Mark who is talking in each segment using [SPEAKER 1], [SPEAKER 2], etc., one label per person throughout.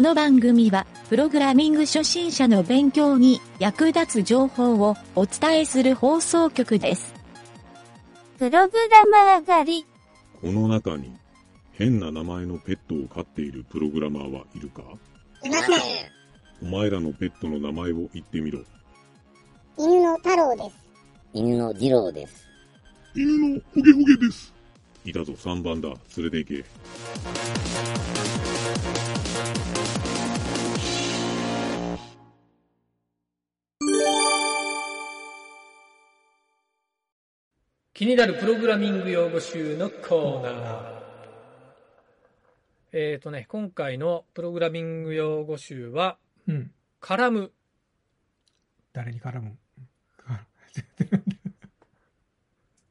[SPEAKER 1] の番組は、プログラミング初心者の勉強に役立つ情報をお伝えする放送局です。
[SPEAKER 2] プログラマー上がり、
[SPEAKER 3] この中に、変な名前のペットを飼っているプログラマーはいるか
[SPEAKER 4] いません。
[SPEAKER 3] お前らのペットの名前を言ってみろ。
[SPEAKER 4] 犬の太郎です。
[SPEAKER 5] 犬の二郎です。
[SPEAKER 3] 犬のホゲホゲです。いたぞ、3番だ。連れて行け。
[SPEAKER 6] 気になるプログラミング用語集のコーナー。
[SPEAKER 7] えっ、とね、今回のプログラミング用語集は、
[SPEAKER 8] うん。
[SPEAKER 7] 絡む。
[SPEAKER 8] 誰に絡むか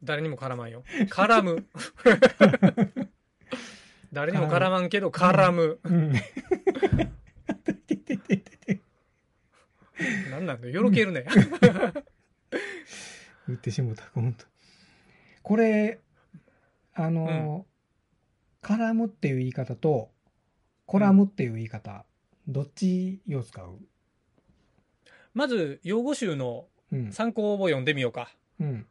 [SPEAKER 7] 誰にも絡まんよ。絡む。 誰にも絡まんけど、絡む。
[SPEAKER 8] うん。
[SPEAKER 7] なんなんだよ。よろけるね。
[SPEAKER 8] 言ってしもうた、ほんと。これ、あの、絡むっていう言い方と、コラムっていう言い方、どっちを使う
[SPEAKER 7] まず、用語集の
[SPEAKER 8] うん。
[SPEAKER 7] 参考を読んでみようか。
[SPEAKER 8] うん。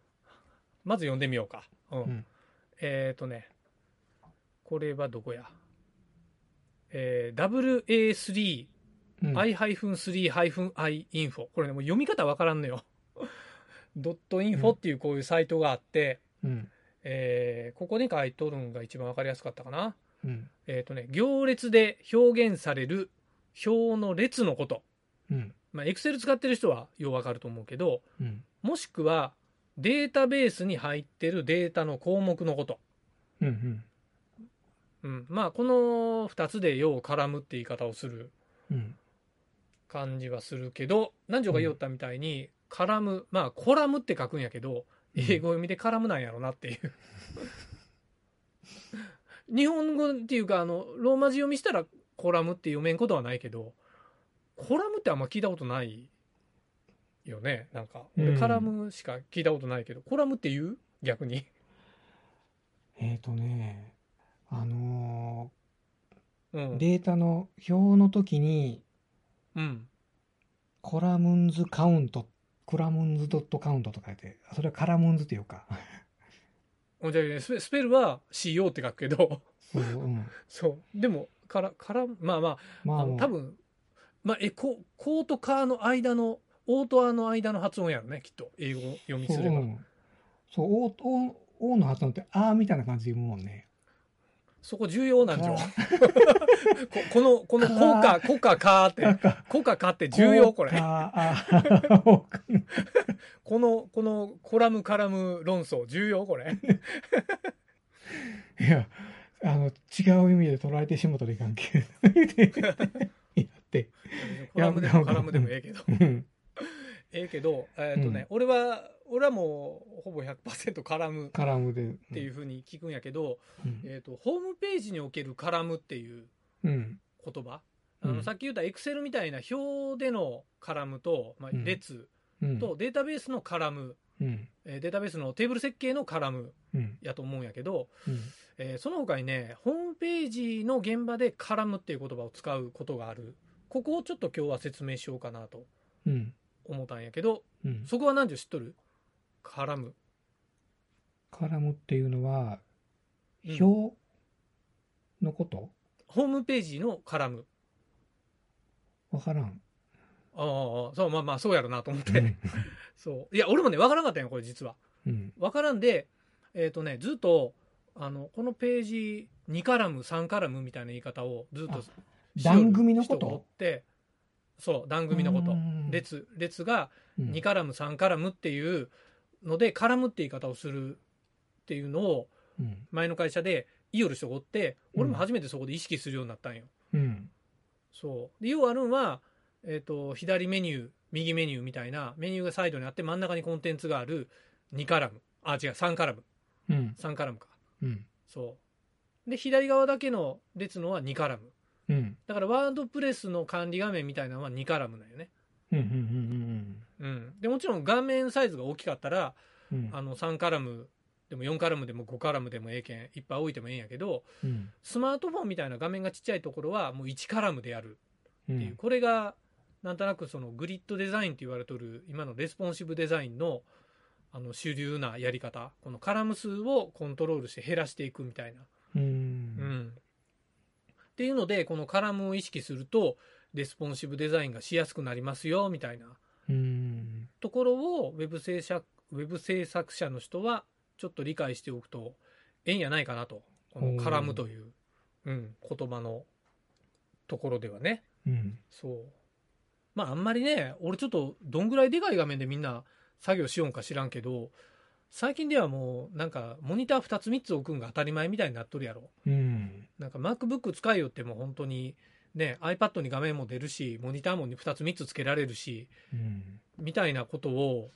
[SPEAKER 7] まず読んでみようか。うん。
[SPEAKER 8] うん
[SPEAKER 7] えっ、とね、これはどこやえー、WA3
[SPEAKER 8] うん。
[SPEAKER 7] i-3-i インフォこれねもう読み方わからんのよ ドットインフォっていうこういうサイトがあって、
[SPEAKER 8] うん。
[SPEAKER 7] えーここに書いとるんが一番わかりやすかったかな
[SPEAKER 8] うん。
[SPEAKER 7] えっ、とね行列で表現される表の列のこと
[SPEAKER 8] うん。
[SPEAKER 7] まあエクセル使ってる人はようわかると思うけど
[SPEAKER 8] うん。
[SPEAKER 7] もしくはデータベースに入ってるデータの項目のこと、
[SPEAKER 8] うん。うん。
[SPEAKER 7] うん、まあこの2つでよう絡むって言い方をする
[SPEAKER 8] うん。
[SPEAKER 7] 感じはするけど南條が言おったみたいに「カラム」まあ「コラム」って書くんやけど
[SPEAKER 8] うん
[SPEAKER 7] 英語読みで「カラム」なんやろなっていう 日本語っていうかあのローマ字読みしたら「コラム」って読めんことはないけど「コラム」ってあんま聞いたことないよねなんか
[SPEAKER 8] う
[SPEAKER 7] 俺
[SPEAKER 8] ん
[SPEAKER 7] カラムしか聞いたことないけど「コラム」って言う逆に
[SPEAKER 8] えっ、とね、あの
[SPEAKER 7] う
[SPEAKER 8] ー
[SPEAKER 7] ん
[SPEAKER 8] データの表の時に、
[SPEAKER 7] うん
[SPEAKER 8] コラムンズカウント、コラムンズドットカウントとか言って、それはカラムンズっていうか、
[SPEAKER 7] じゃあスペスペルは「CO」って書くけど
[SPEAKER 8] そう、うん。
[SPEAKER 7] そうでも「カラ」カラムまあまあ
[SPEAKER 8] ま
[SPEAKER 7] あ
[SPEAKER 8] あも
[SPEAKER 7] の
[SPEAKER 8] う、
[SPEAKER 7] 多分、まあ、えここうとかの間のオーとあの間の発音やろねきっと英語読み
[SPEAKER 8] そう
[SPEAKER 7] すれば、
[SPEAKER 8] うんそう、お、お、おの発音って、あーみたいな感じで言うもんね。
[SPEAKER 7] そこ重要なんじゃん
[SPEAKER 8] あ
[SPEAKER 7] こ このこの「こうか」「こか」「か」って「こか」「か」って重要これ
[SPEAKER 8] あーあー、おか
[SPEAKER 7] このこのコラムカラム論争重要こ れ
[SPEAKER 8] いや、あの、違う意味で捉えてしもたらいかんけど。 やって。
[SPEAKER 7] コラムでもカラムでもええけど
[SPEAKER 8] うん。
[SPEAKER 7] ええけどえっ、とね、俺は俺はもうほぼ100%カラムっ
[SPEAKER 8] カラムで。って
[SPEAKER 7] いう。ふうに聞くんやけど、
[SPEAKER 8] うん。
[SPEAKER 7] えー、とホームページにおけるカラムっていう
[SPEAKER 8] うん。
[SPEAKER 7] 言葉あの、
[SPEAKER 8] うん
[SPEAKER 7] さっき言ったエクセルみたいな表でのカラムと、まあ、
[SPEAKER 8] うん
[SPEAKER 7] 列
[SPEAKER 8] うん。
[SPEAKER 7] とデータベースのカラム、
[SPEAKER 8] うん。
[SPEAKER 7] えーデータベースのテーブル設計のカラム
[SPEAKER 8] うん。
[SPEAKER 7] やと思うんやけど、
[SPEAKER 8] うん。
[SPEAKER 7] えーその他にねホームページの現場でカラムっていう言葉を使うことがあるここをちょっと今日は説明しようかなと
[SPEAKER 8] うん。
[SPEAKER 7] 思ったんやけど
[SPEAKER 8] うん。
[SPEAKER 7] そこは何時知っとるカラム
[SPEAKER 8] カラムっていうのは、
[SPEAKER 7] うん
[SPEAKER 8] 表のこと
[SPEAKER 7] ホームページのカラム
[SPEAKER 8] わからん。
[SPEAKER 7] ああそうまあまあそうやろなと思って、
[SPEAKER 8] うん
[SPEAKER 7] そういや俺もねわからなかったんよこれ実は。
[SPEAKER 8] うん。
[SPEAKER 7] わからんで、えーとね、ずっとあのこのページ2カラム3カラムみたいな言い方をずっと
[SPEAKER 8] あ
[SPEAKER 7] しよる
[SPEAKER 8] 番組のこ
[SPEAKER 7] 人がおっ
[SPEAKER 8] と
[SPEAKER 7] てそう番組のこと
[SPEAKER 8] うん
[SPEAKER 7] 列列が
[SPEAKER 8] うん
[SPEAKER 7] 2カラム3カラムっていうのでカラムって言い方をするっていうのを
[SPEAKER 8] うん。
[SPEAKER 7] 前の会社で言いよる人がおって
[SPEAKER 8] うん
[SPEAKER 7] 俺も初めてそこで意識するようになったんよ。
[SPEAKER 8] うん。
[SPEAKER 7] そうで要はあるんは、えー、と左メニュー右メニューみたいなメニューがサイドにあって真ん中にコンテンツがある2カラムあ違う3カラム
[SPEAKER 8] うん。
[SPEAKER 7] 3カラムか
[SPEAKER 8] うん。
[SPEAKER 7] そう。で、左側だけの列のは2カラム。
[SPEAKER 8] うん。
[SPEAKER 7] だから、ワードプレスの管理画面みたいなのは2カラムだよね。
[SPEAKER 8] うん。うん。うん。
[SPEAKER 7] うん。で、もちろん画面サイズが大きかったら、
[SPEAKER 8] うん。
[SPEAKER 7] あの、3カラムでも4カラムでも5カラムでもええけん、いっぱい置いてもええんやけど、
[SPEAKER 8] うん。
[SPEAKER 7] スマートフォンみたいな画面がちっちゃいところはもう1カラムでやる
[SPEAKER 8] う
[SPEAKER 7] っていう、
[SPEAKER 8] ん
[SPEAKER 7] これがなんとなくそのグリッドデザインって言われとる今のレスポンシブデザインのあの主流なやり方このカラム数をコントロールして減らしていくみたいな。
[SPEAKER 8] う
[SPEAKER 7] うんん、っていうのでこのカラムを意識するとレスポンシブデザインがしやすくなりますよみたいな
[SPEAKER 8] うん
[SPEAKER 7] ところをウェブ制作ウェブ制作者の人はちょっと理解しておくとええんやないかなとこの「絡む」という、うん、言葉のところではね
[SPEAKER 8] うん
[SPEAKER 7] そうまああんまりね俺ちょっとどんぐらいでかい画面でみんな作業しようんか知らんけど最近ではもうなんかモニター2つ3つ置くんが当たり前みたいになっとるやろ
[SPEAKER 8] うん
[SPEAKER 7] なんか MacBook 使いよってもう本当にね iPad に画面も出るしモニターも2つ3つつけられるし
[SPEAKER 8] うん
[SPEAKER 7] みたいなことを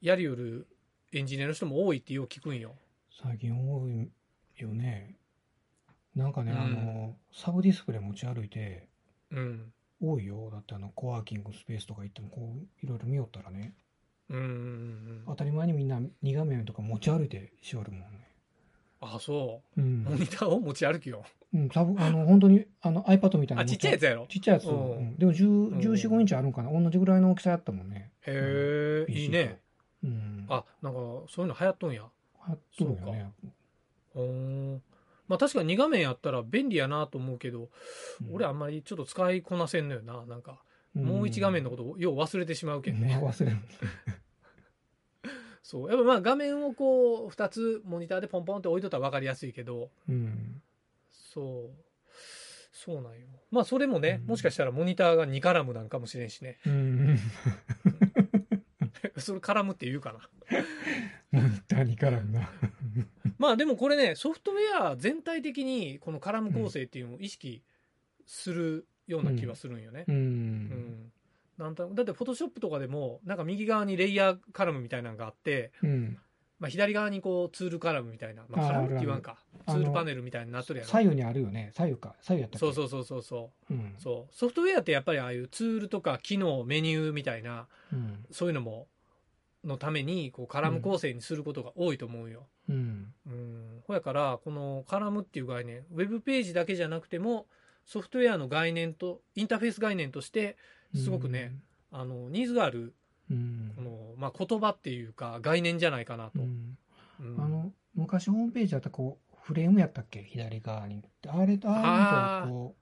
[SPEAKER 7] やりよるエンジニアの人も多いってよう聞くんよ。
[SPEAKER 8] 最近多いよねなんかね、
[SPEAKER 7] うん
[SPEAKER 8] あのサブディスプレイ持ち歩いて
[SPEAKER 7] うん。
[SPEAKER 8] 多いよだってあのコワーキングスペースとか行ってもこういろいろ見よったらね
[SPEAKER 7] うんうんうんう
[SPEAKER 8] 当
[SPEAKER 7] ん。
[SPEAKER 8] たり前にみんな2画面とか持ち歩いてしおるもんね
[SPEAKER 7] あ、そうう。モ
[SPEAKER 8] ん、
[SPEAKER 7] ニターを持ち歩きよ。
[SPEAKER 8] うん、サブあの本当にあの iPad みたいな
[SPEAKER 7] あ、
[SPEAKER 8] の
[SPEAKER 7] ち
[SPEAKER 8] 持
[SPEAKER 7] っちゃいやつやろ。
[SPEAKER 8] ちっちゃいや
[SPEAKER 7] う
[SPEAKER 8] つ、うんん、でも1 4 5インチあるんかな同じぐらいの大きさやったもんね
[SPEAKER 7] へえ、いいね。
[SPEAKER 8] うん
[SPEAKER 7] あ、なんかそういうの流行っとんや。
[SPEAKER 8] やっとるよね
[SPEAKER 7] うーん。まあ確かに2画面やったら便利やなと思うけど、
[SPEAKER 8] うん
[SPEAKER 7] 俺あんまりちょっと使いこなせんのよな。なんか、もう1画面のことをよう忘れてしまうけ
[SPEAKER 8] うんんね
[SPEAKER 7] ね。
[SPEAKER 8] 忘れる
[SPEAKER 7] そう。やっぱまあ画面をこう、2つモニターでポンポンって置いとったら分かりやすいけど、
[SPEAKER 8] うん
[SPEAKER 7] そう。そうなんよ。まあ、それもね、
[SPEAKER 8] うん
[SPEAKER 7] もしかしたらモニターが2カラムなんかもしれんしね。
[SPEAKER 8] うん
[SPEAKER 7] それカラムって言うかな。
[SPEAKER 8] モニターに絡むな
[SPEAKER 7] まあ、でもこれね、ソフトウェア全体的にこのカラム構成っていうのを意識するような気はするんよね
[SPEAKER 8] う。
[SPEAKER 7] うん。
[SPEAKER 8] ん
[SPEAKER 7] なんとなくだって、フォトショップとかでも、なんか右側にレイヤーカラムみたいなのがあって、
[SPEAKER 8] うん
[SPEAKER 7] まあ、左側にこうツールカラムみたいな、まあ、
[SPEAKER 8] あ
[SPEAKER 7] カラムっ
[SPEAKER 8] ある
[SPEAKER 7] て
[SPEAKER 8] ある
[SPEAKER 7] 言わんか、ツ
[SPEAKER 8] あの
[SPEAKER 7] ールパネルみたいになっとるやろ。
[SPEAKER 8] 左右にあるよね左右か左右やったっけ
[SPEAKER 7] そうそうそうそうそううんそう。ソフトウェアってやっぱりああいうツールとか機能、メニューみたいな、
[SPEAKER 8] うん
[SPEAKER 7] そういうのも、のために、こう、カラム構成にすることが多いと思うよ。
[SPEAKER 8] うん
[SPEAKER 7] うん。ほやから、このカラムっていう概念、ウェブページだけじゃなくても、ソフトウェアの概念と、インターフェース概念として、すごくね、あの、ニーズがある、
[SPEAKER 8] うん
[SPEAKER 7] この、まあ、言葉っていうか、概念じゃないかなと。
[SPEAKER 8] うん
[SPEAKER 7] うん
[SPEAKER 8] あの昔ホームページやったらこうフレームやったっけ左側にあれとあれとこ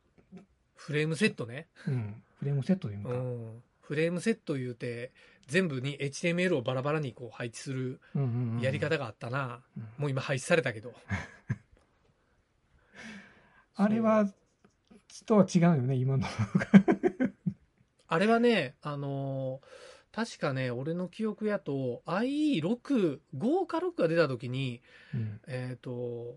[SPEAKER 7] フレームセットね。
[SPEAKER 8] う、うん、フレームセットでいう
[SPEAKER 7] う
[SPEAKER 8] のか
[SPEAKER 7] ん。フレームセット言うて、全部に HTML をバラバラにこう配置する
[SPEAKER 8] うんうんうん
[SPEAKER 7] やり方があったな。
[SPEAKER 8] うん
[SPEAKER 7] もう今廃止されたけど。
[SPEAKER 8] あれはとは違うよね今の
[SPEAKER 7] あれはね、あのー確かね、俺の記憶やと、IE6、5か6が出た時に、
[SPEAKER 8] うん
[SPEAKER 7] えっ、と、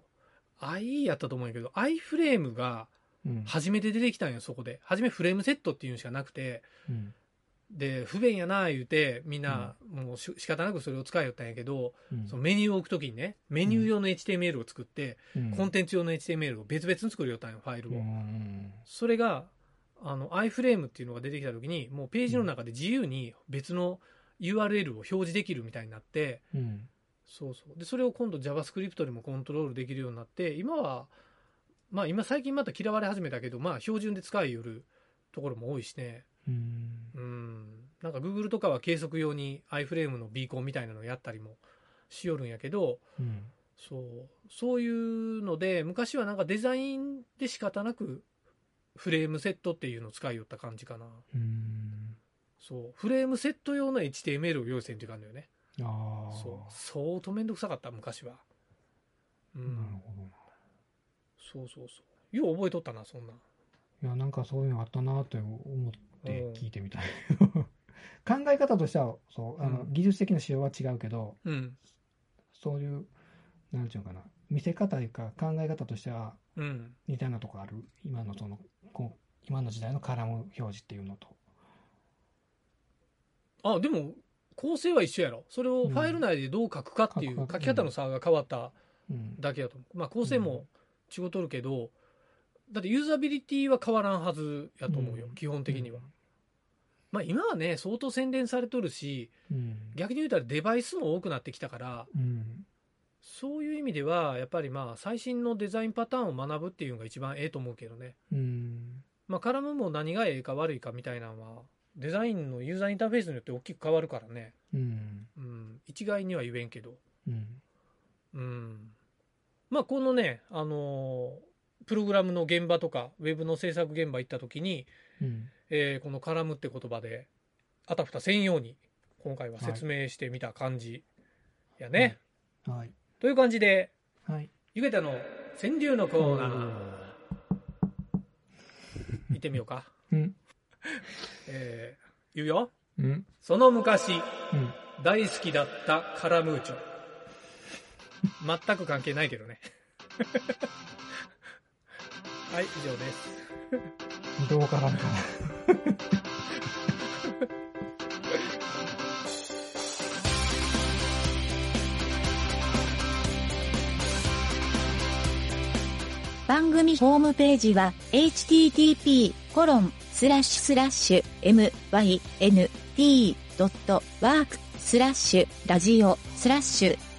[SPEAKER 7] IE やったと思うんやけど、iFrame が
[SPEAKER 8] うん
[SPEAKER 7] 初めて出てきたんよ、そこで。初めフレームセットっていうのしかなくて、
[SPEAKER 8] うん
[SPEAKER 7] で、不便やな言うて、みんな、もうし仕方なくそれを使いよったんやけど、
[SPEAKER 8] うん
[SPEAKER 7] そのメニューを置く時にね、メニュー用の HTML を作って、
[SPEAKER 8] うん
[SPEAKER 7] コンテンツ用の HTML を別々に作るよったんよ、ファイルを。
[SPEAKER 8] うん
[SPEAKER 7] それがあの iFrame っていうのが出てきた時にもうページの中で自由に別の URL を表示できるみたいになって
[SPEAKER 8] うん
[SPEAKER 7] そうそうでそれを今度 JavaScript でもコントロールできるようになって今はまあ今最近また嫌われ始めたけどまあ標準で使いよるところも多いしね
[SPEAKER 8] うん
[SPEAKER 7] うんなんか Google とかは計測用に iFrame のビーコンみたいなのをやったりもしよるんやけど
[SPEAKER 8] うん
[SPEAKER 7] そうそういうので昔はなんかデザインで仕方なくフレームセットっていうのを使いよった感じかな
[SPEAKER 8] うん
[SPEAKER 7] そうフレームセット用の HTML を用意せんっていう感じよね
[SPEAKER 8] ああ
[SPEAKER 7] そう相当面倒くさかった昔はう
[SPEAKER 8] なる
[SPEAKER 7] ん
[SPEAKER 8] ほ
[SPEAKER 7] そ
[SPEAKER 8] ど
[SPEAKER 7] うそうそうよう覚えとったなそんない
[SPEAKER 8] やなんかそういうのあったなって思って
[SPEAKER 7] うん
[SPEAKER 8] 聞いてみたい考え方としてはそうあの、
[SPEAKER 7] うん
[SPEAKER 8] 技術的な仕様は違うけど
[SPEAKER 7] うん
[SPEAKER 8] そういうなんていうのかな見せ方というか考え方としては
[SPEAKER 7] うん
[SPEAKER 8] 似たようなとこある今のそのこう今の時代のカラム表示っていうのと
[SPEAKER 7] あでも構成は一緒やろそれをファイル内でどう書くかっていう
[SPEAKER 8] うん
[SPEAKER 7] 書き方の差が変わった
[SPEAKER 8] うん
[SPEAKER 7] だけだと思うまあ構成も違うとるけど、だってユーザビリティは変わらんはずやと思うよ、
[SPEAKER 8] うん
[SPEAKER 7] 基本的には、まあ今はね相当洗練されとるし
[SPEAKER 8] うん
[SPEAKER 7] 逆に言うたらデバイスも多くなってきたから
[SPEAKER 8] うん
[SPEAKER 7] そういう意味ではやっぱりまあ最新のデザインパターンを学ぶっていうのが一番ええと思うけどね
[SPEAKER 8] うん
[SPEAKER 7] まあ、絡むも何がええか悪いかみたいなのはデザインのユーザーインターフェースによって大きく変わるからね、
[SPEAKER 8] うん
[SPEAKER 7] うん、一概には言えんけど、
[SPEAKER 8] うん
[SPEAKER 7] うん、まあこのね、あのープログラムの現場とかウェブの制作現場行った時に、
[SPEAKER 8] うん
[SPEAKER 7] えーこの「絡む」って言葉であたふたせんように今回は説明してみた感じやね。
[SPEAKER 8] はいはい
[SPEAKER 7] という感じで
[SPEAKER 8] はい
[SPEAKER 7] ゆげたの川柳のコーナー行ってみようか、
[SPEAKER 8] うん
[SPEAKER 7] えー言うよ
[SPEAKER 8] うん
[SPEAKER 7] その昔
[SPEAKER 8] うん
[SPEAKER 7] 大好きだったカラムーチョ全く関係ないけどね はい以上です
[SPEAKER 8] どう絡むかな
[SPEAKER 1] 番組ホームページは http://myn.work.wordpress.com コロンスラッシュスラッシュ MYNT ドットワークスラッシュラジオスラッシュ